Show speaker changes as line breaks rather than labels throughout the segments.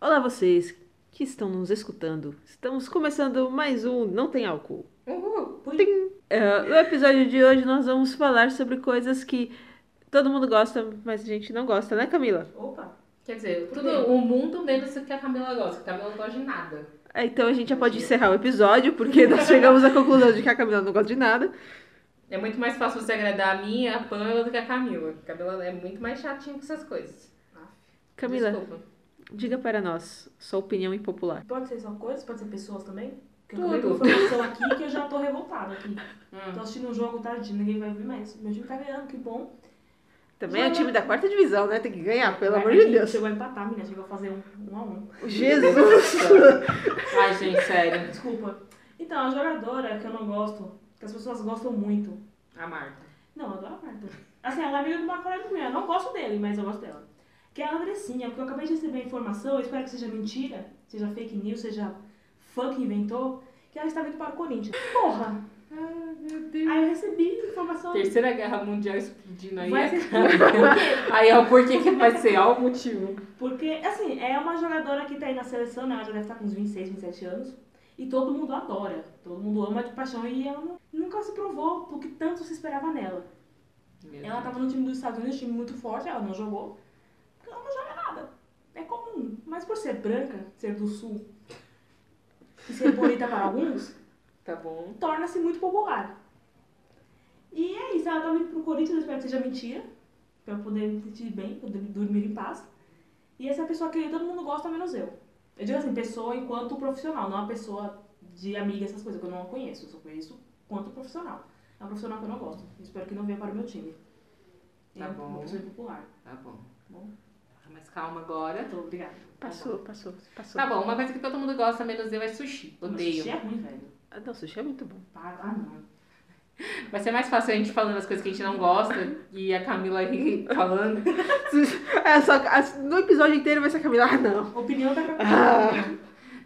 Olá vocês que estão nos escutando. Estamos começando mais um Não Tem Álcool.
Uhul, pui.
É, no episódio de hoje nós vamos falar sobre coisas que todo mundo gosta, mas a gente não gosta, né Camila?
Opa.
Quer dizer,
Tudo
tudo, o mundo menos o que a Camila gosta. porque A Camila não gosta de nada.
É, Então a gente já pode encerrar o episódio, porque nós chegamos à conclusão de que a Camila não gosta de nada.
É muito mais fácil você agradar a minha, a Pamela, do que a Camila. A Camila é muito mais chatinha com essas coisas.
Camila,
Desculpa.
diga para nós sua opinião impopular.
Pode ser só coisas, pode ser pessoas também. Porque eu
Tudo.
acabei com informação aqui que eu já tô revoltada aqui. Tô
Hum.
assistindo um jogo tarde, ninguém vai ver mais. Meu time tá ganhando, que bom.
Também é o time da quarta divisão, né? Tem que ganhar, pelo
Vai-
amor
a
de
gente
Deus.
Chegou a empatar, menina. Chegou a fazer um, um a um.
Jesus!
Ai, gente, sério.
Desculpa. Então, a jogadora que eu não gosto, que as pessoas gostam muito.
A Marta.
Não, eu adoro a Marta. Assim, ela é amiga do Macaulay Culkin. Eu não gosto dele, mas eu gosto dela. Que é a Andressinha, porque eu acabei de receber a informação, eu espero que seja mentira, seja fake news, seja fã que inventou, que ela está vindo para o Corinthians. Porra!
Ai, meu
Aí eu recebi a informação.
Terceira guerra mundial explodindo aí.
Vai ser-
Aí, ó, por que que vai ser? Ó, o motivo.
Porque, assim, é uma jogadora que tá aí na seleção, né? Ela já deve estar com uns 26, 27 anos. E todo mundo adora. Todo mundo ama de paixão. E ela nu- nunca se provou o que tanto se esperava nela. Ela tá- tava no time dos Estados Unidos, time muito forte, ela não jogou. Porque ela não joga nada. É comum. Mas por ser branca, ser do sul e ser bonita para alguns,
Tá bom.
torna-se muito popular. E é isso, ela tá vindo pro Corinthians, eu espero que seja mentira, pra eu poder me sentir bem, poder dormir em paz. E essa é a pessoa que todo mundo gosta, menos eu. Eu digo assim, pessoa enquanto profissional, não a pessoa de amiga, essas coisas, que eu não a conheço, eu só conheço quanto profissional. É um profissional que eu não gosto, eu espero que não venha para o meu time.
Tá
é
bom.
Uma pessoa popular.
Tá bom. Ah,
Bom.
Mas calma agora.
Então, obrigada.
Passou, passou, passou.
Tá bom, uma coisa que todo mundo gosta, menos eu, é sushi. Odeio.
Mas é ruim, velho.
Ah, não, sushi é muito bom.
Para, ah, não.
Vai ser mais fácil a gente falando as coisas que a gente não gosta e a Camila aí falando.
É, só, as- no episódio inteiro vai ser a Camila. Ah, não.
Opinião da
Ah.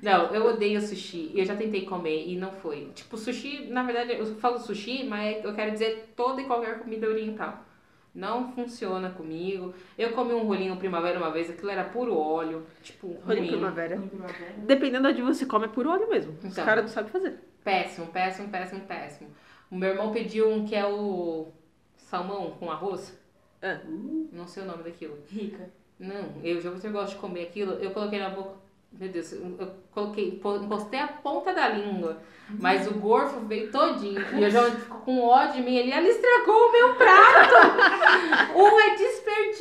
Não, eu odeio sushi. e Eu já tentei comer e não foi. Tipo, sushi, na verdade, eu falo sushi, mas eu quero dizer toda e qualquer comida oriental. Não funciona comigo. Eu comi um rolinho primavera uma vez, aquilo era puro óleo. Tipo,
Olha a
ruim.
primavera.
Opinião
Dependendo de onde você come, é por olho mesmo. Os
Então.
caras não sabem fazer.
Péssimo, péssimo, péssimo, péssimo. O meu irmão pediu um que é o salmão com arroz.
Ah.
Não sei o nome daquilo.
Uh, Rica.
Não, eu já você gosta de comer aquilo, eu coloquei na boca. Meu Deus, eu eu coloquei, pô- encostei a ponta da língua, mas o gorfo veio todinho. E eu já ficou com ódio de mim ali, ela estragou o meu prato! um é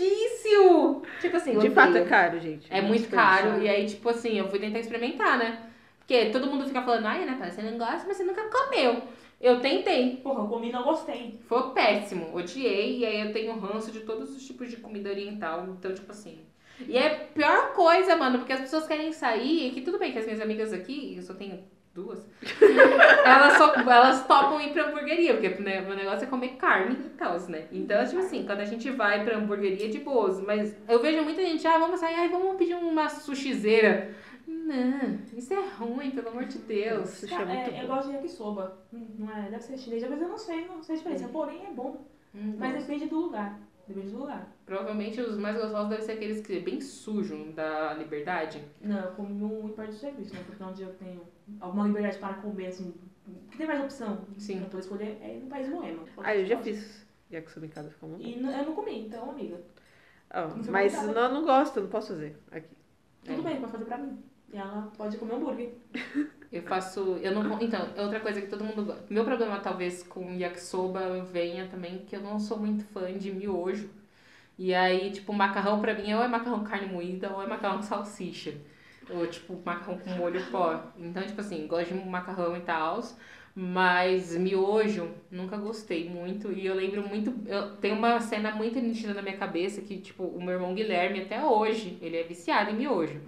desperdício! Tipo assim, eu
De fato
odeio.
é caro, gente.
É muito
Desperdício.
caro. E aí, tipo assim, eu fui tentar experimentar, né? Porque todo mundo fica falando, ai, Ana, Paula, você não gosta, mas você nunca comeu. Eu tentei.
Porra, eu comi e não gostei.
Foi péssimo, odiei, e aí eu tenho ranço de todos os tipos de comida oriental, então, tipo assim. E é a pior coisa, mano, porque as pessoas querem sair, e que tudo bem que as minhas amigas aqui, eu só tenho duas, elas, só, elas topam ir pra hamburgueria, porque né, o meu negócio é comer carne e tal, né? Então, tipo assim, quando a gente vai pra hamburgueria é de boas, mas eu vejo muita gente, ah, vamos sair, ai, vamos pedir uma sushizeira. Não, isso é ruim, pelo amor de Deus.
Sushi é muito
eu
bom.
gosto de yakisoba. Hum, Não é, deve ser chinesa, mas eu não sei, não sei a diferença. Porém, é bom.
Hum,
Mas depende do lugar. Depende do lugar.
Provavelmente os mais gostosos devem ser aqueles que é bem sujo da liberdade.
Não, eu comi um em parte do serviço, né? Porque onde eu tenho alguma liberdade para comer, assim. Que tem mais opção
Sim.
pra poder escolher é no país moema.
Ah, eu já fiz. Já que sou em casa, ficou muito bom.
E n- eu não comi, então, amiga.
Ó,
não sou
Mas
obrigada.
não, não gosto, não posso fazer. Aqui.
Tudo
É.
bem, pode fazer pra mim. E ela pode comer hambúrguer.
Eu faço. Eu não vou- Então, outra coisa que todo mundo gosta. Meu problema, talvez, com yakisoba venha também, que eu não sou muito fã de miojo. E aí, tipo, macarrão pra mim ou é macarrão com carne moída ou é macarrão com salsicha. Ou, tipo, macarrão com molho pó. Então, tipo assim, gosto de macarrão e tal. Mas miojo, nunca gostei muito. E eu lembro muito. Eu, tem uma cena muito nítida na minha cabeça que, tipo, o meu irmão Guilherme, até hoje, ele é viciado em miojo.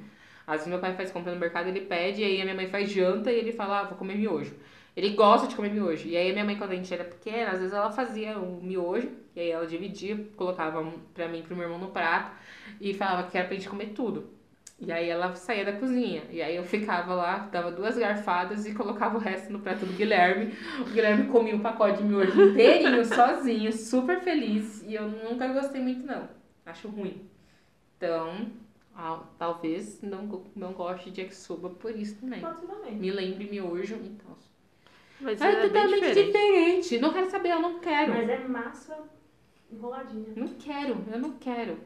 Às vezes meu pai faz compra no mercado, ele pede, e aí a minha mãe faz janta e ele fala, ah, vou comer miojo. Ele gosta de comer miojo. E aí a minha mãe, quando a gente era pequena, às vezes ela fazia o miojo, e aí ela dividia, colocava um pra mim e pro meu irmão no prato, e falava que era pra gente comer tudo. E aí ela saía da cozinha. E aí eu ficava lá, dava duas garfadas e colocava o resto no prato do Guilherme. O Guilherme comia o pacote de miojo inteirinho, sozinho, super feliz. E eu nunca gostei muito, não. Acho ruim. Então, Ah, talvez não, go- não goste de yakisoba por isso também.
Pode ser também.
Me lembre miojo então. e tal.
Mas
É,
é bem
totalmente
diferente.
diferente. Não quero saber, eu não quero.
Mas é massa enroladinha.
Não quero, eu não quero.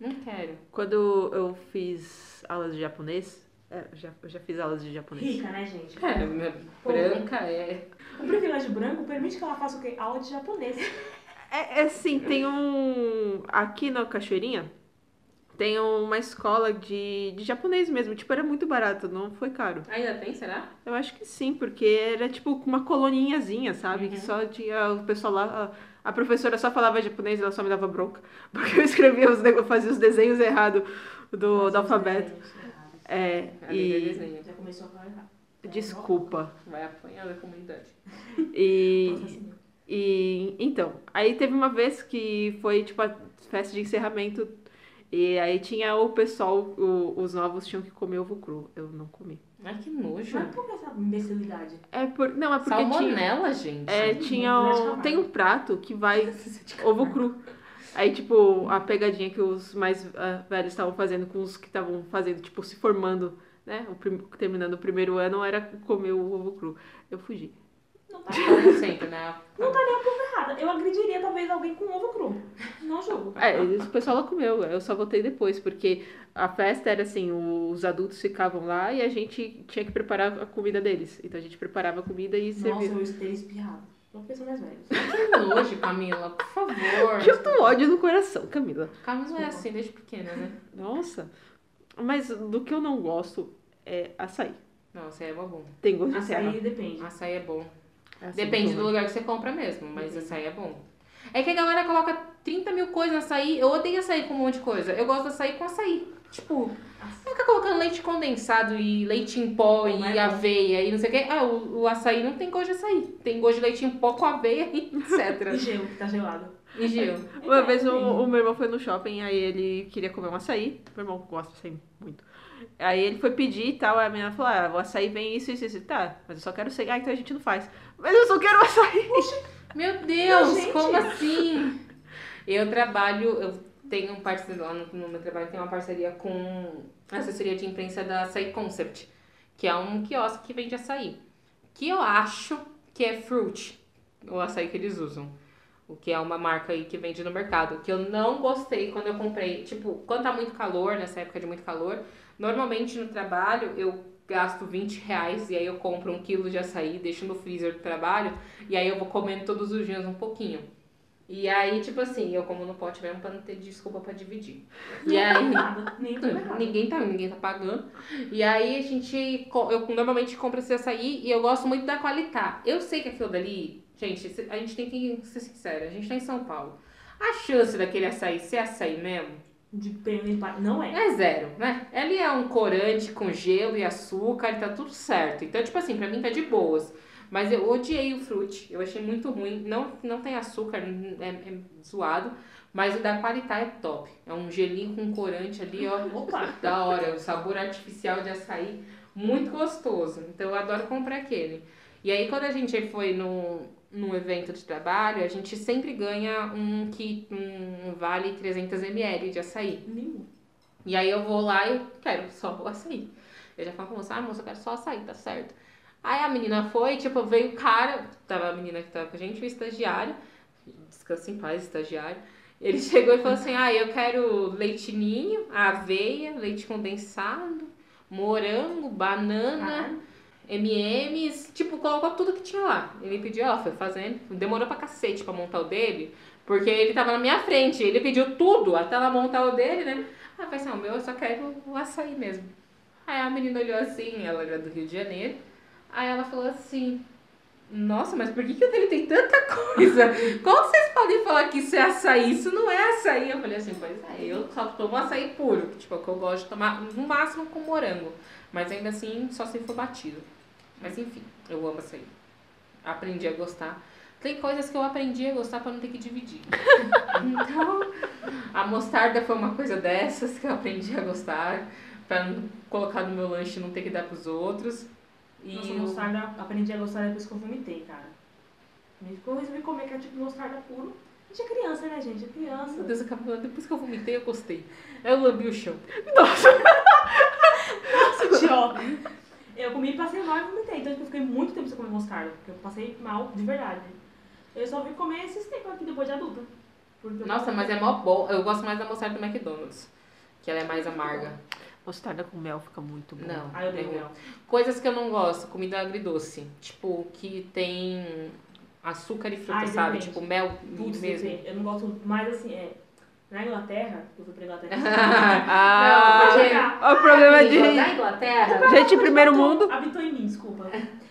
Não quero.
Quando eu fiz aulas de japonês, é, eu já, eu já fiz aulas de japonês.
Rica, né, gente?
É, minha branca é.
O privilégio branco permite que ela faça o quê? Aula de japonês.
É, é assim, tem um. Aqui na Cachoeirinha, tem uma escola de, de japonês mesmo. Tipo, era muito barato, não foi caro.
Ainda tem, será?
Eu acho que sim, porque era tipo uma coloninhazinha, sabe?
Uhum.
Que só tinha o pessoal lá. A, a professora só falava japonês e ela só me dava bronca. Porque eu escrevia os, de- eu fazia os desenhos errados do, do alfabeto. É,
A e...
e.
desenho.
Já começou a falar errado.
Desculpa.
Vai apanhar da comunidade.
E.
Nossa, assim,
E então, aí teve uma vez que foi tipo a festa de encerramento e aí tinha o pessoal, o- os novos tinham que comer ovo cru. Eu não comi.
Ai, que nojo.
Mas por que essa imbecilidade?
É por, não, é porque tinha,
Salmonela, gente.
é, tinha um, tem um prato que vai ovo cru. Aí tipo, a pegadinha que os mais ah, velhos estavam fazendo com os que estavam fazendo, tipo, se formando, né? O prim- terminando o primeiro ano era comer o ovo cru. Eu fugi.
Não tá
Como sempre, né?
Não tá nem um pouco errada. Eu agrediria talvez alguém com ovo cru. Não julgo.
É, o pessoal lá comeu, eu só voltei depois, porque a festa era assim, os adultos ficavam lá e a gente tinha que preparar a comida deles. Então a gente preparava a comida e
Nossa,
servia.
eu teria espirrado. Só porque são mais velhos.
Que nojo, Camila. Por favor.
Que eu tô um ódio no coração, Camila.
Camila é assim desde pequena, né?
Nossa. Mas do que eu não gosto é açaí.
Não, açaí é uma bunda.
Tem gosto de
Açaí depende.
Açaí é bom.
serra.
Assim,
Açaí
Depende
é
do
bom.
lugar que você compra mesmo, mas açaí é bom. É que a galera coloca 30 mil coisas no açaí. Eu odeio açaí com um monte de coisa. Eu gosto de açaí com açaí. Tipo, você fica colocando leite condensado e leite em pó
Não
e
é bom.
aveia e não sei o quê. Ah, o, o açaí não tem gosto de açaí. Tem gosto de leite em pó com aveia e
E
etc.
gelo, que tá gelado.
E gelo.
Uma vez o, o meu irmão foi no shopping, aí ele queria comer um açaí. Meu irmão gosta de açaí muito. Aí ele foi pedir e tal, aí a menina falou: Ah, o açaí vem isso, isso, isso. Tá, mas eu só quero cegar, então a gente não faz. Mas eu só quero açaí.
Meu Deus,
Não, gente.
como assim? Eu trabalho, eu tenho um parceiro lá no, no meu trabalho, tem uma parceria com a assessoria de imprensa da Açaí Concept, que é um quiosque que vende açaí. Que eu acho que é fruit, o açaí que eles usam. O que é uma marca aí que vende no mercado. Que eu não gostei quando eu comprei. Tipo, quando tá muito calor, nessa época de muito calor, Normalmente no trabalho eu gasto 20 reais e aí eu compro um quilo de açaí, deixo no freezer do trabalho e aí eu vou comendo todos os dias um pouquinho. E aí, tipo assim, eu como no pote mesmo pra não ter desculpa pra dividir. E aí.
Nada, nem tudo errado.
Ninguém tá, ninguém tá pagando. E aí a gente. co- Eu normalmente compro esse açaí e eu gosto muito da qualidade. Eu sei que aquilo dali, gente, se- a gente tem que ser sincero, a gente tá em São Paulo. A chance daquele açaí ser açaí mesmo
De pena e pai. Não é.
é zero, né? Ele é um corante com gelo e açúcar e tá tudo certo. Então, tipo assim, pra mim tá de boas. Mas eu odiei o fruit, eu achei muito ruim. Não, não tem açúcar, n- é, é zoado. Mas o da qualidade é top. É um gelinho com corante ali, ó.
Opa.
Da hora, o sabor artificial de açaí, muito gostoso. Então eu adoro comprar aquele. E aí quando a gente foi num, num evento de trabalho, a gente sempre ganha um kit, um, um vale 300ml de açaí.
Nenhum.
E aí eu vou lá e eu quero só o açaí. Eu já falo pra moça, ah, moça, eu quero só açaí, tá certo. Aí a menina foi, tipo, veio o cara, tava a menina que tava com a gente, o estagiário, descansa em paz, estagiário. Ele chegou e falou assim, ah, eu quero leite ninho, aveia, leite condensado, morango, banana...
né?
Caralho.
MMs, tipo, colocou tudo que tinha lá. Ele pediu, ó, foi fazendo. Demorou pra cacete pra montar o dele, porque ele tava na minha frente. Ele pediu tudo até ela montar o dele, né? Aí eu falei assim, ó, meu, eu só quero o açaí mesmo. Aí a menina olhou assim, ela era do Rio de Janeiro. Aí ela falou assim, nossa, mas por que, que o dele tem tanta coisa? Como vocês podem falar que isso é açaí? Isso não é açaí. Eu falei assim, pois é, eu só tomo açaí puro, que, tipo, é o que eu gosto de tomar no máximo com morango. Mas ainda assim, só se for batido. Mas enfim, eu amo açaí. Aprendi a gostar. Tem coisas que eu aprendi a gostar pra não ter que dividir. então, a mostarda foi uma coisa dessas que eu aprendi a gostar. Pra não colocar no meu lanche e não ter que dar pros outros. E
Nossa,
o-
mostarda, aprendi a gostar depois que eu vomitei, cara. Me ficou ruim de comer, que é tipo mostarda puro. A gente é criança, né, gente? É criança.
Meu Deus, acabou. Depois que eu vomitei, eu gostei. Eu lambi o chão.
Nossa, idiota. Eu comi, passei mal e vomitei. Então, tipo, eu fiquei muito tempo sem comer mostarda. Porque eu passei mal de verdade. Eu só vim comer esses tempos aqui depois de adulta. Porque eu
Nossa,
passei-
mas é mó bom. Eu gosto mais da mostarda do McDonald's. Que ela é mais amarga.
Mostarda com mel fica muito bom.
Não.
Ah, eu dei
eu-
mel.
Coisas que eu não gosto, comida agridoce. Tipo, que tem açúcar e fruta,
Ai,
sabe?
depende.
Tipo, mel
Putz,
mesmo.
depende. Eu não gosto mais assim, é. Na Inglaterra, eu fui pra Inglaterra.
Ah,
Não,
mas
gente,
olha o problema é
Da
de.
Inglaterra?
Gente, primeiro mundo.
Habitou em mim, desculpa.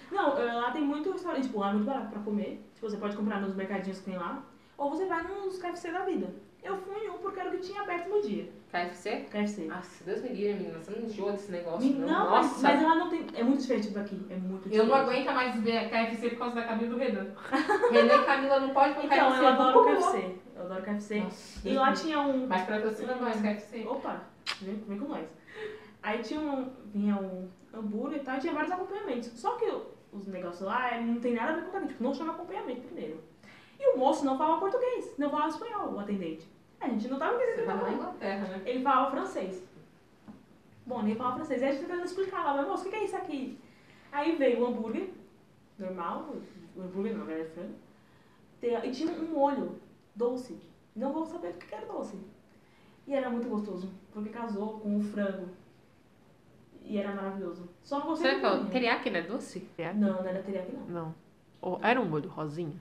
Não, eh, lá tem muito restaurante, tipo, lá é muito barato pra comer. Tipo, você pode comprar nos mercadinhos que tem lá. Ou você vai nos KFC da vida. Eu fui em um porque era o que tinha aberto no dia.
KFC?
KFC.
Nossa, Deus me livre, menina. Você não enjoa desse negócio,
Me-
não?
não, mas,
Nossa.
mas ela não tem. É muito diferente daqui. É muito diferente.
Eu não aguento mais ver KFC por causa da Camila do Renan. Renan e Camila não pode com
Então,
KFC.
eu adoro
não.
KFC. Eu adoro KFC.
Nossa,
E lá tinha um.
Mas patrocina nós, KFC.
Opa, vem, vem com nós. Aí tinha um, vinha um hambúrguer e tal, e tinha vários acompanhamentos. Só que o- os negócios lá eh, não tem nada a ver com o tipo, não chama acompanhamento primeiro. E o moço não falava português, não falava espanhol, o atendente. A gente não tava entendendo
Você tá na
também.
Inglaterra, né?
Ele falava francês. Bom, nem falava francês. E a gente tentando explicar lá, mas moço, o que que é isso aqui? Aí veio o hambúrguer, normal, o hambúrguer não, era frango. Tem- E tinha um molho doce. Não vou saber o que que era doce. E era muito gostoso, porque casou com o frango. E era maravilhoso. Só não gostei
Será
do
que é o
molho.
teriyaki, né? Doce?
Não, não era teriyaki, não.
é, Não. Ou- Era um molho rosinha?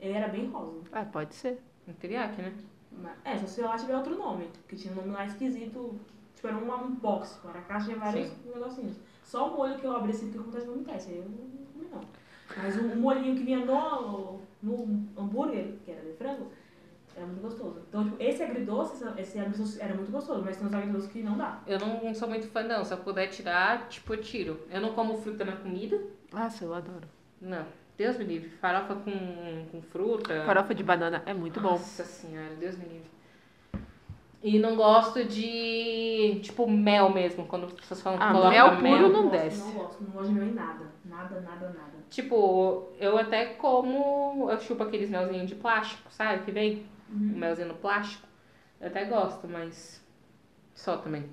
Ele era bem rosa.
Ah, pode ser.
Um teriyaki, né?
Mas- É, só se lá tiver outro nome, porque tinha um nome lá esquisito. Tipo, era um, um box, tipo, era a caixa tinha vários negocinhos. Só o molho que eu abri assim, porque eu vontade de vomitar, isso aí eu não não comi não. Mas o molhinho que vinha no, no hambúrguer, que era de frango, era muito gostoso. Então, tipo, esse agridoce, essa- esse agridoce era muito gostoso, mas tem uns agridoces que não dá.
Eu não sou muito fã, não. Se eu puder tirar, tipo, eu tiro. Eu não como fruta na comida.
Nossa, eu adoro.
Não. Deus me livre. Farofa com, com fruta.
Farofa de banana é muito bom.
Nossa senhora, Deus me livre. E não gosto de, tipo, mel mesmo. Quando as pessoas falam que
Ah,
coloca
mel puro não
gosto,
desce.
Não gosto, não gosto de mel em nada. Nada, nada, nada.
Tipo, eu até como. Eu chupo aqueles melzinhos de plástico, sabe? Que vem?
Uhum.
O melzinho no plástico. Eu até gosto, mas. Só também.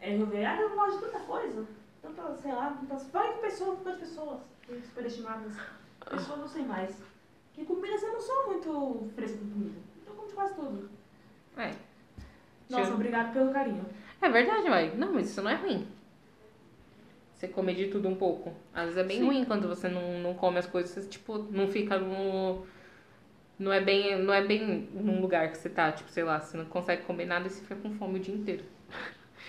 É, eu vejo, ah, eu gosto de tanta coisa. Tanta, sei lá, tantas. Vai com pessoas, tantas pessoas superestimadas. Pessoas não sei mais. E comida, assim, eu não sou muito fresca com comida. Eu como de quase tudo.
É.
Nossa,
Tira-
obrigado pelo carinho.
É verdade, mãe. Não, mas isso não é ruim. Você comer de tudo um pouco. Às vezes é bem
Sim.
ruim quando você não, não come as coisas, você, tipo, não fica no. Não é bem. Não é bem num lugar que você tá, tipo, sei lá, você não consegue comer nada e você fica com fome o dia inteiro.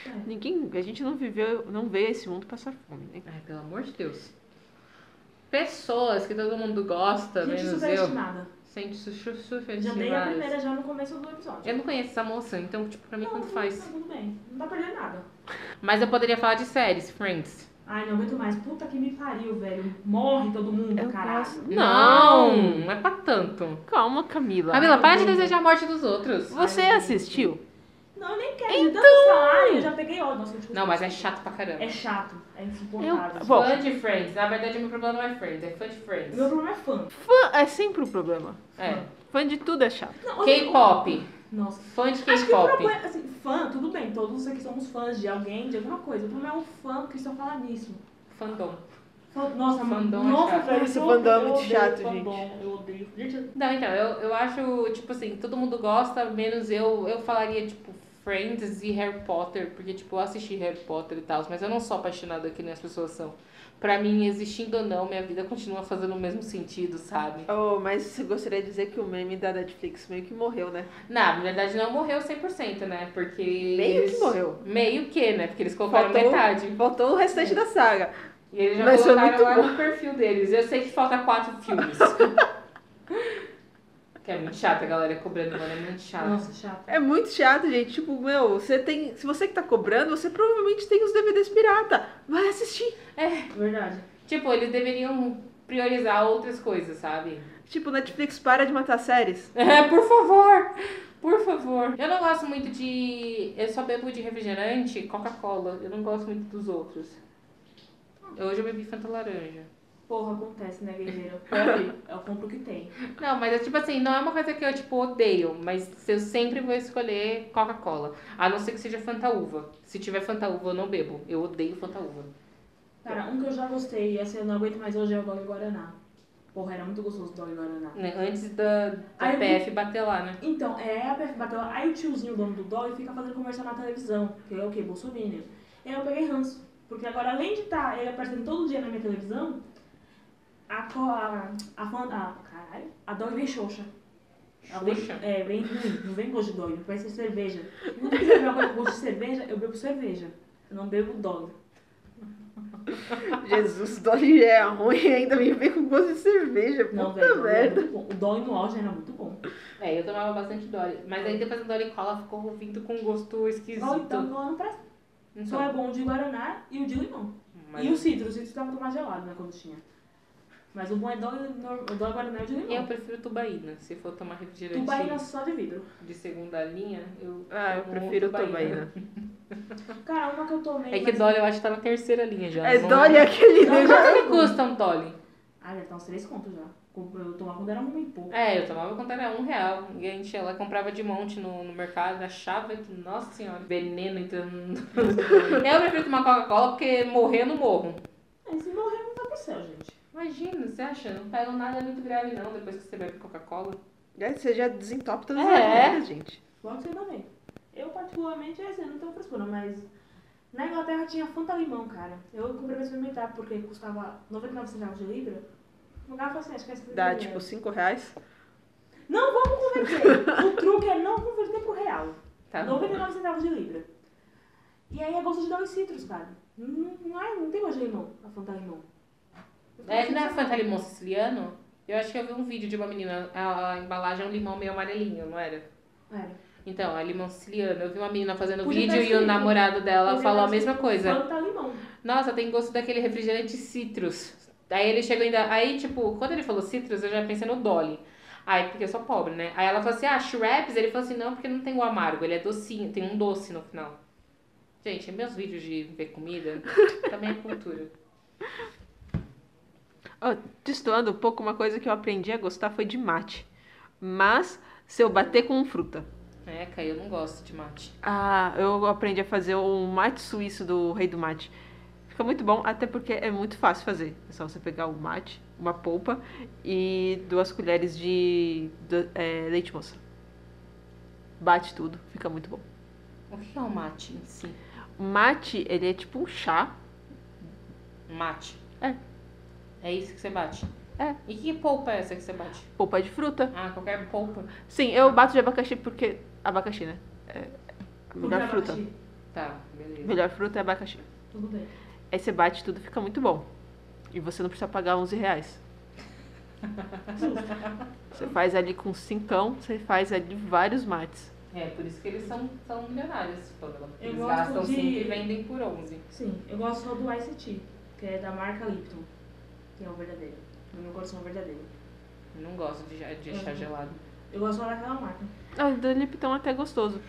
É,
Ninguém. A gente não viveu, não veio a esse mundo passar fome, né?
Ai, pelo amor de Deus. Pessoas que todo mundo gosta,
Gente
menos Tá eu.
superestimada.
Sente su- su-
Já dei a
superestimadas.
primeira já no começo do episódio.
Eu não conheço essa moça, então, tipo, pra mim, tanto É, faz.
Tudo bem. Não tá perdendo nada.
Mas eu poderia falar de séries, Friends.
Ai, não aguento mais. Puta que me pariu, velho. Morre todo mundo,
Eu
caralho.
gosto.
Não!
Não!
Não é pra tanto.
Calma, Camila.
Camila, para de desejar a morte dos outros.
Você
Ai,
assistiu?
Não, eu nem quero. Então... Tanto salário, eu já peguei ódio. Nossa, eu te-
Não, mas é chato pra caramba.
É chato. É insuportável.
Eu- bom.
Fã de Friends. Na verdade, meu problema não é Friends, é fã de Friends.
Meu problema é fã.
Fã é sempre o problema.
É.
Fã de tudo é chato.
Não, eu-
K-pop.
Nossa.
Fã de
Acho que o
K-pop.
problema, assim, fã, tudo bem, todos aqui somos fãs de alguém, de alguma coisa. O problema é um fã que só fala nisso.
Fandom.
Fã- Nossa,
Fandom é
nossa,
chato.
velho,
Nossa,
eu-
fandom é
eu
muito
odeio
chato,
fandom,
gente.
Eu odeio. Gente, eu-
Não, então, eu, eu acho, tipo assim, todo mundo gosta, menos eu. Eu falaria, tipo, Friends e Harry Potter, porque, tipo, eu assisti Harry Potter e tal, mas eu não sou apaixonada que nem as pessoas são. Pra mim, existindo ou não, minha vida continua fazendo o mesmo sentido, sabe?
Oh, mas eu gostaria de dizer que o meme da Netflix meio que morreu, né?
Não, na verdade não morreu 100%, né? Porque.
Meio que
eles-
morreu.
Meio que, né? Porque eles colocaram metade.
Faltou o restante da saga.
E eles já
Mas foi
colocaram
muito
lá
bom.
no perfil deles. Eu sei que falta quatro filmes. que é muito chato a galera cobrando, mano. É muito chato.
Nossa, chato.
É muito chato, gente. Tipo, meu, você tem. Se você que tá cobrando, você provavelmente tem os DVDs pirata. Vai assistir.
É Verdade.
Tipo, eles deveriam priorizar outras coisas, sabe?
Tipo, Netflix para de matar séries.
É, por favor! Por favor. Eu não gosto muito de. Eu só bebo de refrigerante e Coca-Cola. Eu não gosto muito dos outros. Hoje eu bebi Fanta Laranja.
Porra, acontece, né, guerreiro?
É.
Eu compro o que tem.
Não, mas é tipo assim, não é uma coisa que eu, tipo, odeio, mas eu sempre vou escolher Coca-Cola. A não ser que seja Fanta Uva. Se tiver Fanta Uva, eu não bebo. Eu odeio Fanta Uva.
Cara, um que eu já gostei, essa eu não aguento mais hoje é o Dog Guaraná. Porra, era muito gostoso o Dog Guaraná.
Né? Antes da, da
Aí eu-
PF bater lá, né?
Então, é, a PF bateu. Aí o tiozinho, o dono do dog, fica fazendo conversa na televisão, que é o quê? Bolsonaro. E aí eu peguei ranço. Porque agora, além de estar ele aparecendo todo dia na minha televisão, a. co- a. a. fã- a caralho. A dog vem xoxa. Ela vem-
Xoxa?
É, vem ruim. Não vem gosto de dog, parece cerveja. Quando eu quiser beber alguma coisa com gosto de cerveja, eu bebo cerveja. Eu não bebo dog.
Jesus, Dolly já é ruim e ainda me vem com gosto de cerveja.
Não, é.
Puta
velho. era
merda.
muito bom. O dog no auge era muito bom.
É, eu tomava bastante Dolly. Mas aí depois a Dolly Cola ficou vindo com um gosto esquisito.
Dog então, não parece.
Não
Então.
Só
sou.
é bom o de Guaraná e o de limão.
Mas
E o citro, o citro dava pra tomar gelado, né, quando tinha. Mas o bom é dólar, o dólar guaraná é de
eu
limão.
prefiro Tubaína. Se for tomar refrigerante
Tubaína só de vidro.
de segunda linha, eu.
Ah, eu
tomo
prefiro Tobaína.
Cara, uma que eu tomei...
É que
mas-
Dolly eu acho que tá na terceira linha já.
É
não
Dolly aquele
Não,
negócio.
Quanto que custa um Dolly?
Ah, já tá uns três contos já. Comprou- Eu tomava quando era um e pouco.
É, eu tomava quando era um real. E a gente, ela comprava de monte no, no mercado, achava que, nossa senhora, veneno entrando. eu prefiro tomar Coca-Cola porque morrer eu não morro.
Aí se morrer, não vai pro céu, gente.
Imagina, você acha? Não pega nada é muito grave não depois que você bebe Coca-Cola.
Aí É, Você já desentope todas
É.
as merdas, gente.
Logo você também. Eu, particularmente, é assim, eu não tenho frescura, mas... Na Inglaterra tinha Fanta Limão, cara. Eu comprei pra experimentar, porque custava 99 centavos de libra. O cara falou assim, acho que é 70
Dá
reais.
tipo 5 reais.
Não vamos converter! o truque é não converter pro real.
Tá?
99 centavos de libra. E aí é gosto de dois citros, cara. Não, não, é, não tem gosto de limão, a Fanta Limão. assim,
É, não é Fanta Limão Siciliano? Eu acho que eu vi um vídeo de uma menina, a, a embalagem é um limão meio amarelinho, não era?
É.
Então, é limão siciliano. Eu vi uma menina fazendo
Podia
vídeo
ter
e o
escrito.
namorado dela
Podia
falou
ter
a mesma coisa.
Fanta Limão.
Nossa, tem gosto daquele refrigerante citrus. Aí ele chegou ainda. Aí, tipo, quando ele falou citrus, eu já pensei no Dolly. Aí, porque eu sou pobre, né? Aí ela falou assim: ah, Shreps? Ele falou assim: não, porque não tem o amargo, ele é docinho, tem um doce no final. Gente, meus vídeos de ver comida também é cultura.
Ó, destoando um pouco, uma coisa que eu aprendi a gostar foi de mate. Mas se eu bater com fruta.
É, Kai, eu não gosto de mate.
Ah, eu aprendi a fazer o mate suíço do rei do mate. Fica muito bom, até porque é muito fácil fazer. É só você pegar o mate, uma polpa e duas colheres de do- é, leite moça. Bate tudo, fica muito bom.
O que é o mate em si?
O mate, ele é tipo um chá.
Um Mate.
É.
É isso que você bate?
É.
E que polpa é essa que você bate?
Polpa de fruta.
Ah, qualquer polpa.
Sim, eu bato de abacaxi porque. Abacaxi, né? É a
Porque
melhor fruta.
abacaxi.
Tá, beleza.
Melhor fruta é abacaxi.
Tudo bem.
Aí você bate tudo, fica muito bom. E você não precisa pagar 11 reais. Você faz ali com cincão, você faz ali vários mates.
É, por isso que eles são, são milionários, Pamela. porque
Eu
Eles
gosto
gastam
de-
5 e vendem por 11.
Sim, eu gosto só do Ice Tea, que é da marca Lipton. Que é o verdadeiro. No meu coração é o verdadeiro.
Eu não gosto de, ja- de achar
Uhum.
gelado.
Eu gosto só daquela marca.
Tá
Ah, o do Lipton até é gostoso.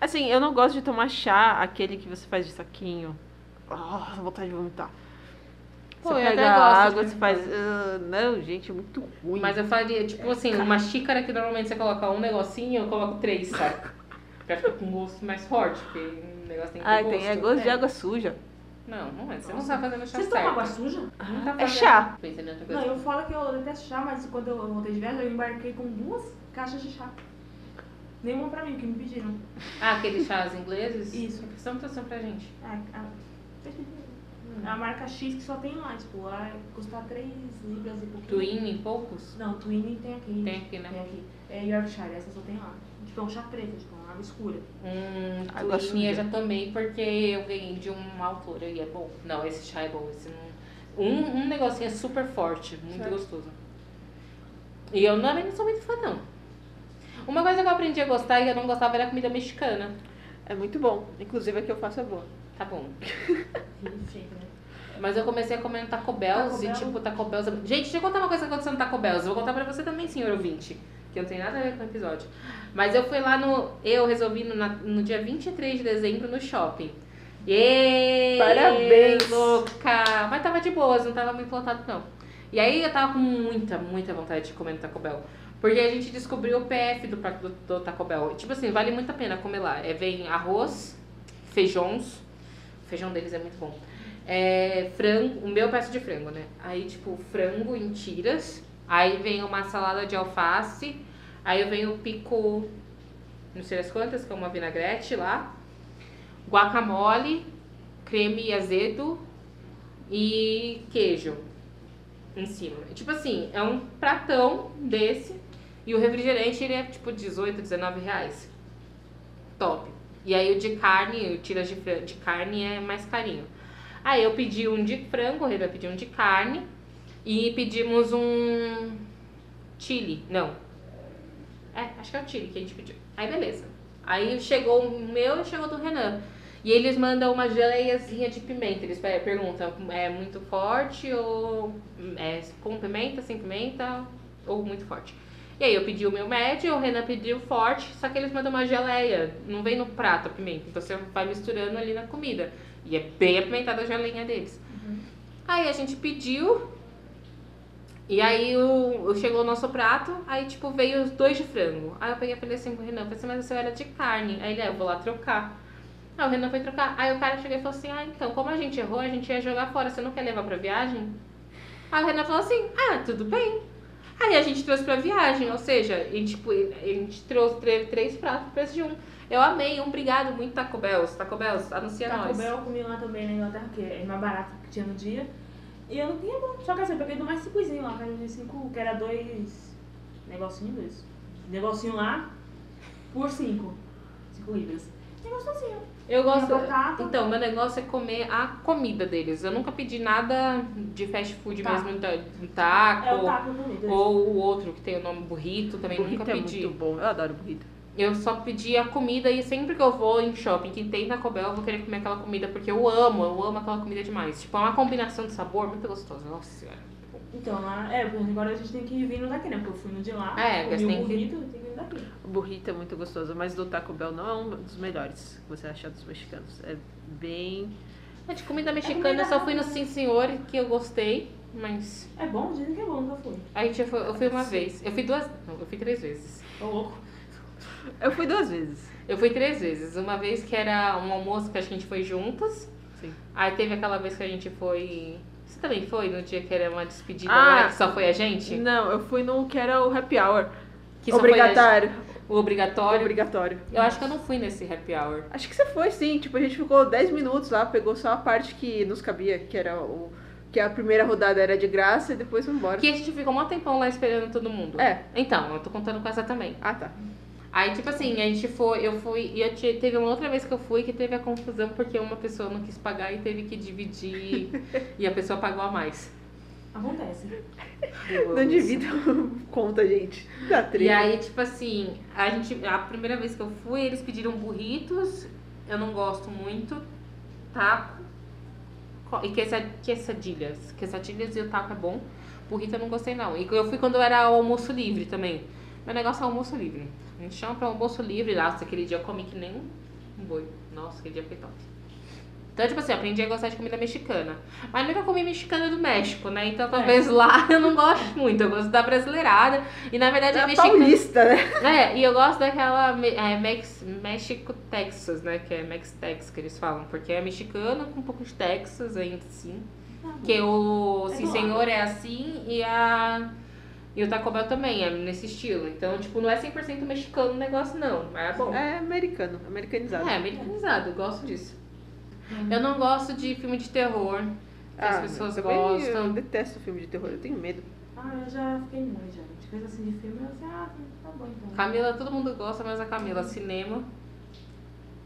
Assim, eu não gosto de tomar chá, aquele que você faz de saquinho. Nossa, vontade de vomitar.
Pô,
você
eu até
pega
gosto
a
de
água,
vez
você
em
faz. "Ah, não, gente, é muito ruim.
Mas eu faria, tipo assim, uma xícara que normalmente você coloca um negocinho, eu coloco três, sabe? pra ficar com gosto mais forte, porque um negócio tem que ter
Ai,
gosto.
tem é gosto de água suja.
Não, não é. Você não
Nossa.
tá fazendo chá
Vocês tomam
certo. Tá
água suja?
Não tá
É
fazendo-
chá.
Pensando em outra
Não,
coisa.
eu falo que eu detesto chá, mas quando eu voltei de viagem, eu embarquei com duas caixas de chá. Nenhuma pra mim, que me pediram.
Ah, aqueles chás ingleses?
Isso.
Por que você não trouxe pra gente?
Ah, a... a marca X que só tem lá, tipo, lá custa 3 libras e pouquinho.
Twin e poucos?
Não, Twinning tem aqui.
Tem aqui, né?
Tem aqui. É Yorkshire, essa só tem lá. Tipo, é um chá preto, tipo, uma água escura.
Hum,
Água
Twinning eu
suja.
já tomei porque eu ganhei de uma autora e é bom. Não, esse chá é bom. Esse não... um, um negocinho é super forte, muito
Certo.
gostoso. E eu também não sou muito fã, não. Uma coisa que eu aprendi a gostar e eu não gostava era comida mexicana.
É muito bom. Inclusive a que eu faço é boa.
Tá bom.
Chique, né?
Mas eu comecei a comer no Taco Bells
Taco
e,
Bell.
tipo, Taco Bells... Gente, deixa eu contar uma coisa que aconteceu no Taco Bells. Eu vou contar pra você também, senhor ouvinte. Que não tem nada a ver com o episódio. Mas eu fui lá no... Eu resolvi no, na- no dia 23 de dezembro no shopping. Êêê!
Parabéns!
Louca! Mas tava de boas, não tava muito lotado, não. E E aí eu tava com muita, muita vontade de comer no Taco Bell. Porque a gente descobriu o PF do, prato do, do Taco Bell. E, tipo assim, vale muito a pena comer lá. É, vem arroz, feijões. O feijão deles é muito bom. É, frango, o meu eu peço de frango, né? Aí, tipo, frango em tiras. Aí vem uma salada de alface. Aí eu venho pico, não sei as quantas, que é uma vinagrete lá. Guacamole, creme azedo e queijo em cima. Tipo assim, é um pratão desse. E o refrigerante, ele é tipo 18, 19 reais. Top. E aí o de carne, o tiras de, fran- de carne é mais carinho. Aí eu pedi um de frango, o Renan pediu um de carne. E pedimos um chili. Não. É, acho que é o chili que a gente pediu. Aí beleza. Aí chegou o meu e chegou o do Renan. E eles mandam uma geleiazinha de pimenta. Eles pe- perguntam, é muito forte ou é com pimenta, sem pimenta ou muito forte. E aí eu pedi o meu médio, o Renan pediu forte, só que eles mandam uma geleia. Não vem no prato a pimenta, então você vai misturando ali na comida. E é bem apimentada a geleinha deles.
Uhum.
Aí a gente pediu. E aí o, o- chegou o nosso prato, aí tipo veio os dois de frango. Aí eu peguei e falei assim pro Renan, falei assim, mas o seu era de carne. Aí ele, é, eu vou lá trocar. Aí o Renan foi trocar. Aí o cara chegou e falou assim, ah, então, como a gente errou, a gente ia jogar fora, você não quer levar pra viagem? Aí o Renan falou assim, ah, tudo bem. Aí a gente trouxe pra viagem, ou seja, e, tipo, a gente trouxe tre- três pratos pro preço de um. Eu amei, um obrigado muito, Taco Bells. Taco Bells, anuncia
Taco
nós.
Bell eu comi lá também na Inglaterra, que é mais barato que tinha no dia. E eu não tinha bom. Só que assim, eu peguei do mais simplesinho lá, que era de cinco, que era dois. Negocinho dois. Negocinho lá por cinco. Cinco libras. Negócio assim, ó.
Eu gosto.
Minha batata.
Então, meu negócio é comer a comida deles. Eu nunca pedi nada de fast food
Tá.
mesmo, então, um taco.
É o taco que eu comi. dois.
Ou o outro que tem o nome burrito, também
Burrito
nunca
é
pedi.
muito bom. Eu adoro burrito.
Eu só pedi a comida e sempre que eu vou em shopping que tem Taco Bell, eu vou querer comer aquela comida, porque eu amo, eu amo aquela comida demais. Tipo, é uma combinação de sabor muito gostosa. Nossa senhora.
Então lá, é, porque agora a gente tem que vir no daqui, né? Porque eu fui no de lá,
É,
comi
tem
o
que-
burrito, tem que vir daqui.
O burrito é muito gostoso, mas do Taco Bell não é um dos melhores que você achar dos mexicanos. É bem.
Mas de comida mexicana, eu só fui no Sim Senhor, que eu gostei, mas.
É bom, dizem que é bom, nunca fui.
A gente foi, eu fui uma vez. Eu fui duas. Não, eu fui três vezes.
Ô louco.
Eu fui duas vezes.
Eu fui três vezes. Uma vez que era um almoço que a gente foi juntas.
Sim.
Aí teve aquela vez que a gente foi. Você também foi no dia que era uma despedida
Ah!
lá, que só foi a gente?
Não, eu fui no que era o happy hour.
Que só foi a
obrigatório.
gente- o obrigatório.
Obrigatório.
Eu acho que eu não fui nesse happy hour.
Acho que você foi, sim. Tipo, a gente ficou 10 minutos lá, pegou só a parte que nos cabia, que era o. Que a primeira rodada era de graça e depois foi embora.
Porque a gente ficou um tempão lá esperando todo mundo.
É.
Então, eu tô contando com essa também.
Ah, tá.
Aí, tipo assim, a gente foi, eu fui, e eu te- teve uma outra vez que eu fui que teve a confusão porque uma pessoa não quis pagar e teve que dividir e a pessoa pagou a mais.
Acontece.
Eu
Não
amo isso.
divido conta, gente. Dá
E
treta.
aí, tipo assim, a gente. A primeira vez que eu fui, eles pediram burritos. Eu não gosto muito. Taco. co- E queça- quesadilhas. Quesadilhas e o taco é bom. Burrito eu não gostei, não. E eu fui quando era almoço livre também. Meu negócio é almoço livre. A gente chama pra almoço livre. Nossa, aquele dia eu comi que nem um boi. Nossa, aquele dia foi top. Então, tipo assim, eu aprendi a gostar de comida mexicana. Mas nunca comi mexicana do México, né? Então talvez lá eu não goste muito. Eu gosto da brasileirada. E na verdade a
É
mexicana.
paulista, né?
É, e eu gosto daquela me- é, Mex, México Texas, né? Que é Mex Tex que eles falam, porque é mexicana com um pouco de Texas ainda assim. Que o
É
Sim
do lado.
Senhor é assim e a. E o Taco Bell também é nesse estilo. Então, tipo, não é 100% mexicano o negócio, não. Mas é bom. É,
É americano, americanizado.
americanizado, eu gosto disso. Eu não gosto de filme de terror. que as
Ah,
pessoas
também Eu
gostam.
detesto filme de terror, eu tenho medo.
Ah, eu já fiquei mãe já. gente coisa assim de filme, eu disse, ah, tá bom então.
Camila, todo mundo gosta, mas a Camila, cinema.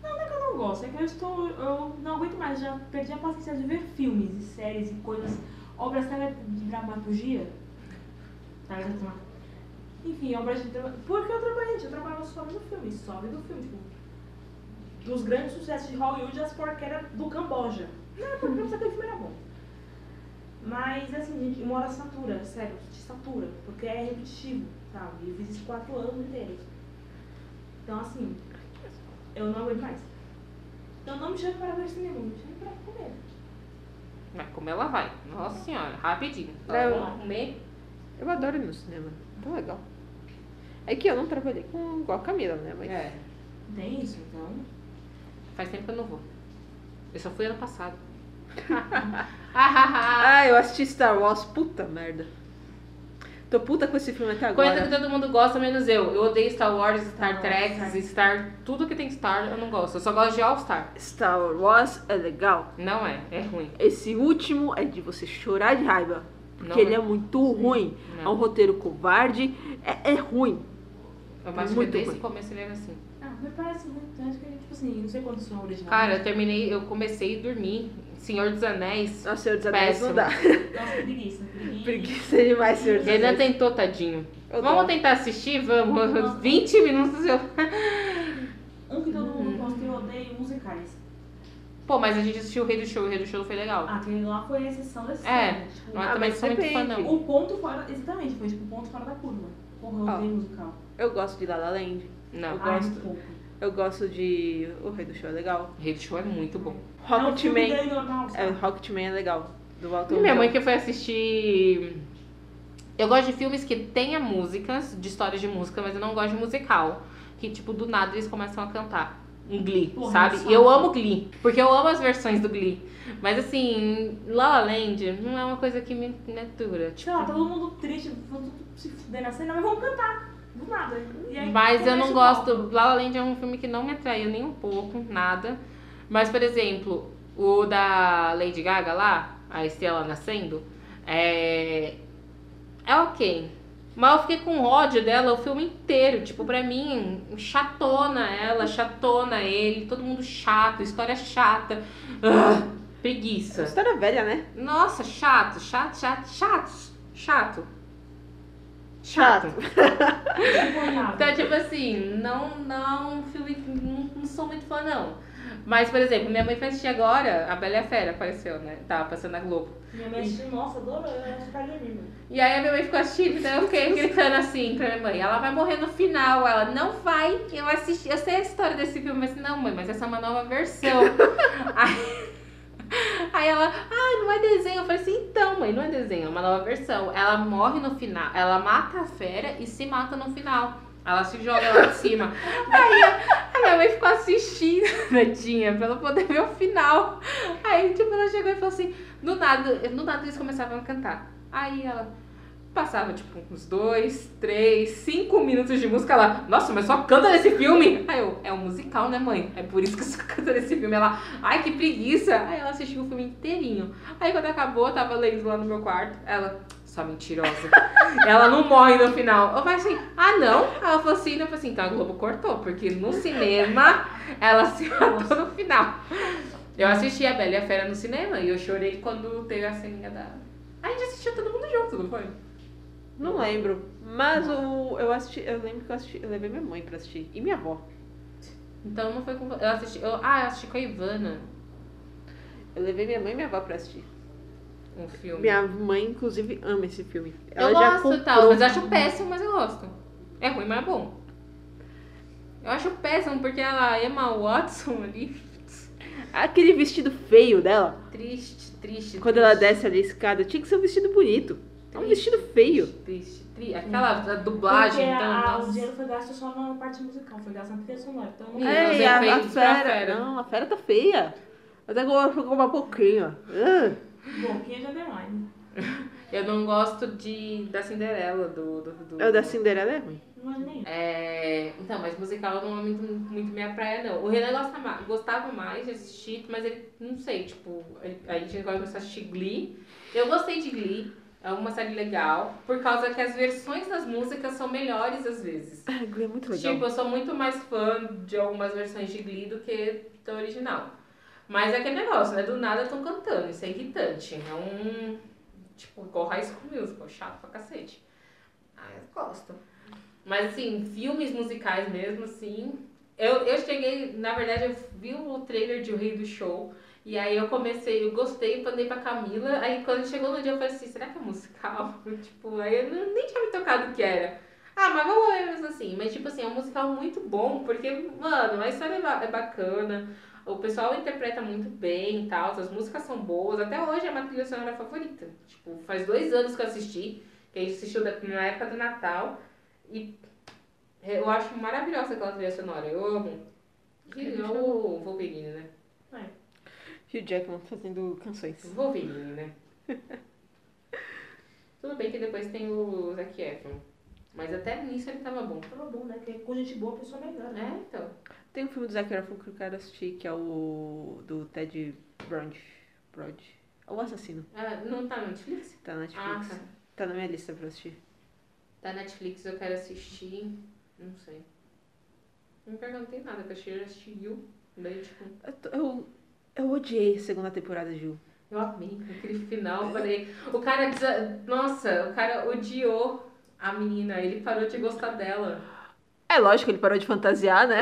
Eu não gosto, é que eu estou. Eu não aguento mais, já perdi a paciência de ver filmes e séries e coisas, obras tele- de dramaturgia. Tá, eu tô- Enfim, obras de dramaturgia. Porque eu trabalhei, gente, eu trabalho só vendo filme, só vendo filme, tipo. Dos grandes sucessos de Hollywood, as porqueras do Camboja. Não, porque não sabia que filme era bom. Mas, assim, gente, uma hora satura, sério, te satura, porque é repetitivo, sabe? Eu fiz isso quatro anos inteiros. Então, assim, eu não aguento mais. Então não me chame para ver cinema, me chame para comer.
Mas é como ela vai? Nossa senhora, rapidinho. Tá
Não.
Ela vai comer.
Eu adoro ir no cinema. Tão legal. É que eu não trabalhei com igual a Camila, né? Mas
É.
Tem isso, então.
Faz tempo que eu não vou. Eu só fui ano passado.
Ah, eu assisti Star Wars, puta merda. Tô puta com esse filme até
Coisa
agora.
que todo mundo gosta, menos eu. Eu odeio Star Wars, Star
Star
Trek,
Wars,
Star... Tudo que tem Star, eu não gosto. Eu só gosto de All Star.
Star Wars é legal.
Não é, é ruim.
Esse último é de você chorar de raiva. Porque
Não
ele
é.
é muito ruim. É
Não.
um roteiro covarde. É, é ruim.
Eu acho que
muito
desde
ruim.
o começo ele era assim.
Ah, me parece muito. Acho que, tipo assim, não sei quantos são originais.
Cara, eu terminei, eu comecei a dormir. Senhor dos Anéis.
Nossa, Senhor dos Anéis não
Péssimo.
dá.
Nossa, que preguiça. preguiça.
Preguiça demais, Senhor dos
Renan
Anéis.
tentou, tadinho.
Eu
Vamos
dou.
tentar assistir?
Nossa.
Vamos. 20 minutos eu.
Um que todo mundo gosta que eu odeio, musicais.
Pô, mas a gente assistiu o Rei do Show. O Rei do Show foi legal.
Ah, aquele lá foi a exceção desse
É.
Tipo,
Mas
Ah,
também não
mas
sou muito fã,
depende.
não.
O ponto fora, exatamente, foi tipo o ponto fora da curva. Porra, eu
Ó.
odeio musical.
Eu gosto de La La Land.
Não.
Eu
Ai,
gosto.
um pouco.
Eu gosto de... O Rei do Show é legal.
O Rei do Show é muito bom.
É um filme
Rocketman...
dele normal,
É,
sabe?
Rocketman é legal. Do
E
Walter
minha mãe que foi assistir. Eu gosto de filmes que tenha músicas, de histórias de música, mas eu não gosto de musical. Que, tipo, do nada eles começam a cantar. Um Glee,
Porra,
sabe?
nossa.
E eu amo Glee, porque eu amo as versões do Glee. Mas assim, La La Land não é uma coisa que me me atura.
Sei lá, todo mundo triste, tudo se fudendo na cena, mas vamos cantar. Do nada. E aí,
Mas
começa
eu não
o
gosto.
palco.
La La Land é um filme que não me atraiu nem um pouco, nada. Mas, por exemplo, o da Lady Gaga lá, a Estela Nascendo, é. É ok. Mas eu fiquei com ódio dela o filme inteiro. Tipo, pra mim, chatona ela, chatona ele, todo mundo chato, história chata. Ah, preguiça.
História velha, né?
Nossa, chato, chato, chato, chato, chato.
Chato.
Insuportável.
Então, tipo assim, não, não, filme, que não, não sou muito fã, não. Mas, por exemplo, minha mãe foi assistir agora, a Bela e a Fera apareceu, né? Tava passando na Globo.
Minha mãe assistiu, nossa, adorou, eu acho que tá dormindo.
E aí a minha mãe ficou assistindo, então eu fiquei gritando assim pra minha mãe, ela vai morrer no final, ela não vai, eu assisti, eu sei a história desse filme, mas não, mãe, mas essa é uma nova versão. aí, aí ela, ah, não é desenho. Eu falei assim, então, mãe, não é desenho, é uma nova versão. Ela morre no final, ela mata a fera e se mata no final. Ela se joga lá de cima. Aí a minha mãe ficou assistindo, tadinha, pra ela poder ver o final. Aí, tipo, ela chegou e falou assim, do nada, do nada eles começavam a cantar. Aí ela passava, tipo, uns dois, três, cinco minutos de música. Ela, nossa, mas só canta nesse filme. Aí eu, é um musical, né, mãe? É por isso que só canta nesse filme. Ela, ai, que preguiça. Aí ela assistiu o filme inteirinho. Aí quando acabou, eu tava lendo lá no meu quarto. Ela, só mentirosa. ela não morre no final. Eu falei assim, ah, não? Ela falou assim, eu falei assim, então a Globo cortou, porque no cinema ela se matou no final. Eu assisti a Bela e a Fera no cinema e eu chorei quando teve a ceninha da. A gente assistiu todo mundo junto, não foi?
Não lembro. Mas o, eu assisti. Eu lembro que eu assisti. Eu levei minha mãe pra assistir. E minha avó.
Então não foi com. Eu assisti. eu- ah, eu assisti com a Ivana
Eu levei minha mãe e minha avó pra assistir.
um filme.
Minha mãe, inclusive, ama esse filme. Ela
eu
já
gosto e
comprou...
tal, mas eu acho péssimo, mas eu gosto. É ruim, mas é bom. Eu acho péssimo porque ela Emma Watson ali.
Aquele vestido feio dela,
Triste, triste.
quando ela desce ali a escada, tinha que ser um vestido bonito. É um vestido feio. Hum.
Triste, triste, triste. Aquela da dublagem,
Porque
então.
a- o
nossa.
dinheiro foi gasto só na parte musical, foi gasto na trilha sonora. Então,
E É, os
e a, a
efeitos pra
fera.
fera.
Não, a fera tá feia. Até agora ficou uma pouquinho. Ah,
boquinha é de underline.
Eu não gosto de, da Cinderela, do. do, do-
é o da Cinderela é ruim.
Não acho nem.
É, então, mas musical não é muito, muito minha praia, não. O Renan gosta ma- gostava mais de assistir, mas ele, não sei, tipo, ele- a gente agora começou a assistir Glee. Eu gostei de Glee, é uma série legal, por causa que as versões das músicas são melhores às vezes.
Ah, Glee é muito legal.
Tipo, eu sou muito mais fã de algumas versões de Glee do que da original. Mas é aquele negócio, né? Do nada estão cantando, isso é irritante. É um. Tipo, igual High School Musical, chato pra cacete. Ah, eu gosto. Mas assim, filmes musicais mesmo, assim. Eu, eu cheguei, na verdade, eu vi o trailer de O Rei do Show. E aí eu comecei, eu gostei, mandei pra Camila. Aí quando chegou no dia eu falei assim, será que é musical? tipo, aí eu não- nem tinha me tocado que era. Ah, mas vamos ver mesmo assim. Mas, tipo assim, é um musical muito bom, porque, mano, a história é ba- é bacana, O pessoal interpreta muito bem e tal, as músicas são boas. Até hoje é a minha trilha sonora favorita. Tipo, faz dois anos que eu assisti, que a gente assistiu da- na época do Natal. E eu acho maravilhosa aquela trilha sonora, eu amo. E é o Wolverine, né?
Hugh Jackman fazendo canções.
Wolverine, né? Tudo bem que depois tem o Zac Efron. Mas até nisso ele tava bom.
Tava bom, né? Porque com gente boa a pessoa melhor,
É,
né?
então.
Tem um filme do Zac Efron que eu quero assistir, que é o do Ted Brond. Brond. O Assassino.
Ah, não tá na Netflix?
Tá na
Ah,
Netflix.
tá.
Tá na minha lista pra assistir.
Da Netflix eu quero assistir. Não sei. Não pior que eu não tem nada, que eu achei eu assisti You. Daí, tipo,
Eu, tô- eu, eu odiei a segunda temporada, Gil.
eu amei aquele final. eu Falei, o cara desa... Nossa, o cara odiou a menina, ele parou de gostar dela.
É lógico, ele parou de fantasiar, né?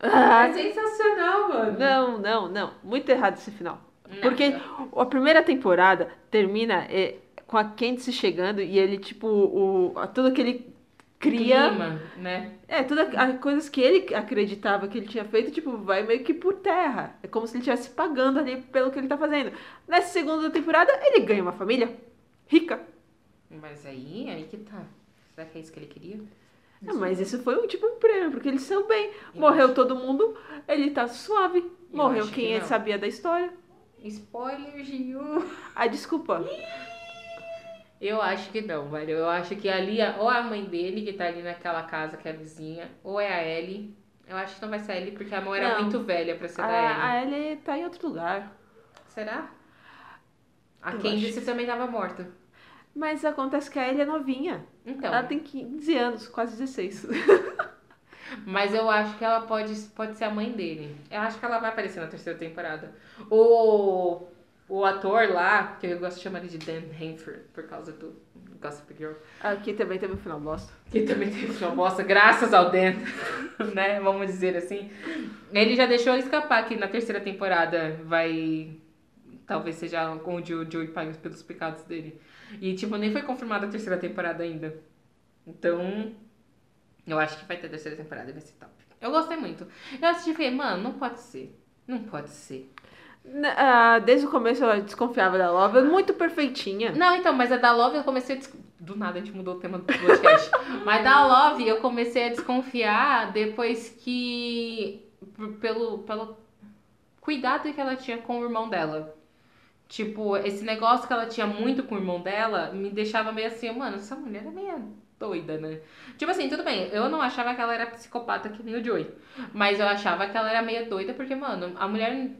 É sensacional, mano.
Não, não, não. Muito errado esse final.
Não.
Porque a primeira temporada termina é, com a Candice chegando e ele, tipo, o, a- tudo que ele cria.
Clima, né?
É, todas as coisas que ele acreditava que ele tinha feito, tipo, vai meio que por terra. É como se ele estivesse pagando ali pelo que ele tá fazendo. Nessa segunda temporada, ele ganha uma família rica.
Mas aí, aí que tá. Será que é isso que ele queria?
É, mas isso foi um tipo um prêmio, porque eles são bem. Morreu todo mundo, ele tá suave. Morreu
acho que
quem
não.
sabia da história.
Spoiler, Gil.
Ah, desculpa.
Eu acho que não, velho. Eu acho que ali, a- ou a mãe dele, que tá ali naquela casa que é a vizinha, ou é a Ellie. Eu acho que não vai ser a Ellie, porque a mão era
Não.
muito velha pra ser da Ellie.
A, a Ellie tá em outro lugar.
Será? A
Eu
Candice também tava morta.
Mas acontece que a Ellie é novinha.
Então,
Ela tem 15 anos, quase 16.
mas eu acho que ela pode, pode ser a mãe dele. Eu acho que ela vai aparecer na terceira temporada. O, o ator lá, que eu gosto de chamar ele de Dan Hanford, por causa do Gossip Girl.
Aqui também teve um final bosta.
que também teve uma bosta, graças ao Dan, né? Vamos dizer assim. Ele já deixou escapar que na terceira temporada vai. Talvez seja onde o Joey paga pelos pecados dele. E, tipo, nem foi confirmada a terceira temporada ainda. Então. Eu acho que vai ter a terceira temporada e vai ser top. Eu gostei muito. Eu assisti e falei, mano, não pode ser. Não pode ser.
Na- ah, desde o começo eu desconfiava da Love, é muito perfeitinha.
Não, então, mas a da Love eu comecei a des... Do nada a gente mudou o tema do podcast. mas da Love eu comecei a desconfiar depois que. p- Pelo, pelo cuidado que ela tinha com o irmão dela. Tipo, esse negócio que ela tinha muito com o irmão dela me deixava meio assim, mano, essa mulher é meio doida, né? Tipo assim, tudo bem, eu não achava que ela era psicopata que nem o Joey. Mas eu achava que ela era meio doida porque, mano, a mulher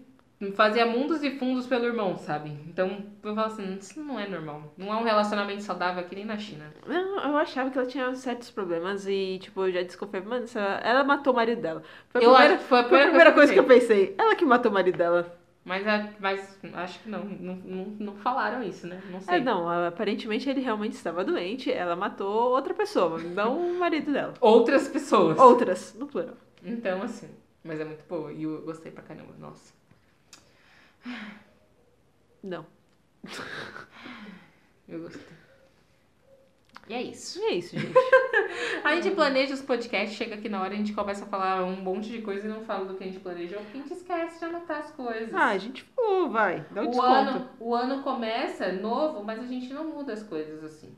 fazia mundos e fundos pelo irmão, sabe? Então eu falo assim, isso não é normal. Não é um relacionamento saudável aqui nem na China.
Não, eu achava que ela tinha certos problemas e, tipo, eu já desconfiei. Mano, essa- ela matou o marido dela. Foi a
eu
primeira,
acho que foi
foi a
a primeira,
primeira coisa que eu
pensei.
pensei. Ela que matou o marido dela.
Mas, a- mas acho que não, não, não, não falaram isso, né? Não sei.
É, não, aparentemente ele realmente estava doente. Ela matou outra pessoa, mas não o marido dela.
Outras pessoas.
Outras, no plural.
Então, assim. Mas é muito boa. E eu gostei pra caramba. Nossa.
Não.
Eu gostei. E é isso.
E é isso, gente.
A gente planeja os podcasts, chega aqui na hora, a gente começa a falar um monte de coisa e não fala do que a gente planejou, porque a gente esquece de anotar as coisas.
Ah, a gente falou, vai. Dá um
o,
desconto.
ano, o ano começa novo, mas a gente não muda as coisas assim.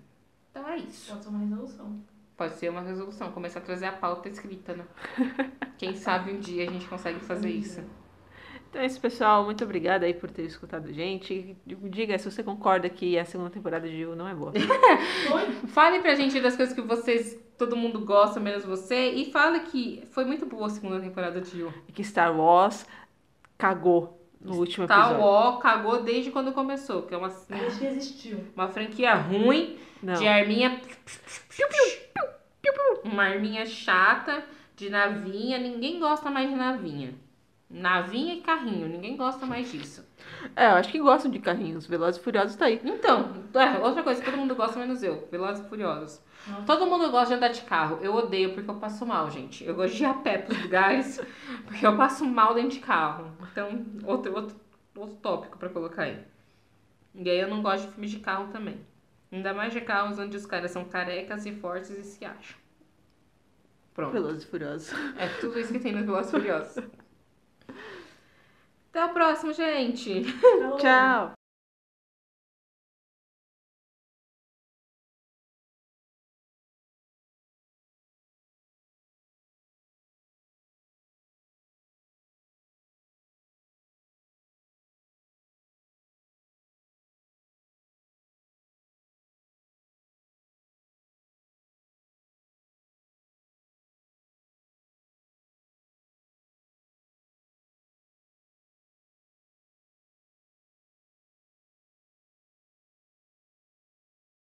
Então é isso.
Pode ser uma resolução.
Pode ser uma resolução, começar a trazer a pauta escrita, né? Quem sabe um dia a gente consegue fazer
Uhum.
isso.
Então é isso, pessoal. Muito obrigada aí por ter escutado a gente. Diga se você concorda que a segunda temporada de You não é boa.
Foi?
Fale pra gente das coisas que vocês, todo mundo gosta, menos você, e fala que foi muito boa a segunda temporada de You.
E que Star Wars cagou no último Um
Tá,
episódio.
ó, cagou desde quando começou, que é uma,
Desde que existiu.
uma franquia ruim.
Não.
De arminha. Uma arminha chata, de navinha. Ninguém gosta mais de navinha. Navinha e carrinho, ninguém gosta mais disso.
É, eu acho que gostam de carrinhos. Velozes e Furiosos tá aí.
Então, é, outra coisa, que todo mundo gosta menos eu. Velozes e Furiosos.
Nossa.
Todo mundo gosta de andar de carro. Eu odeio porque eu passo mal, gente. Eu gosto de ir a pé pros lugares porque eu passo mal dentro de carro. Então, outro, outro, outro tópico pra colocar aí. E aí eu não gosto de filmes de carro também. Ainda mais de carros onde os caras são carecas e fortes e se acham. Pronto.
Velozes e Furiosos.
É tudo isso que tem nos Velozes e Furiosos.
Até a próxima, gente.
Então,
Tchau.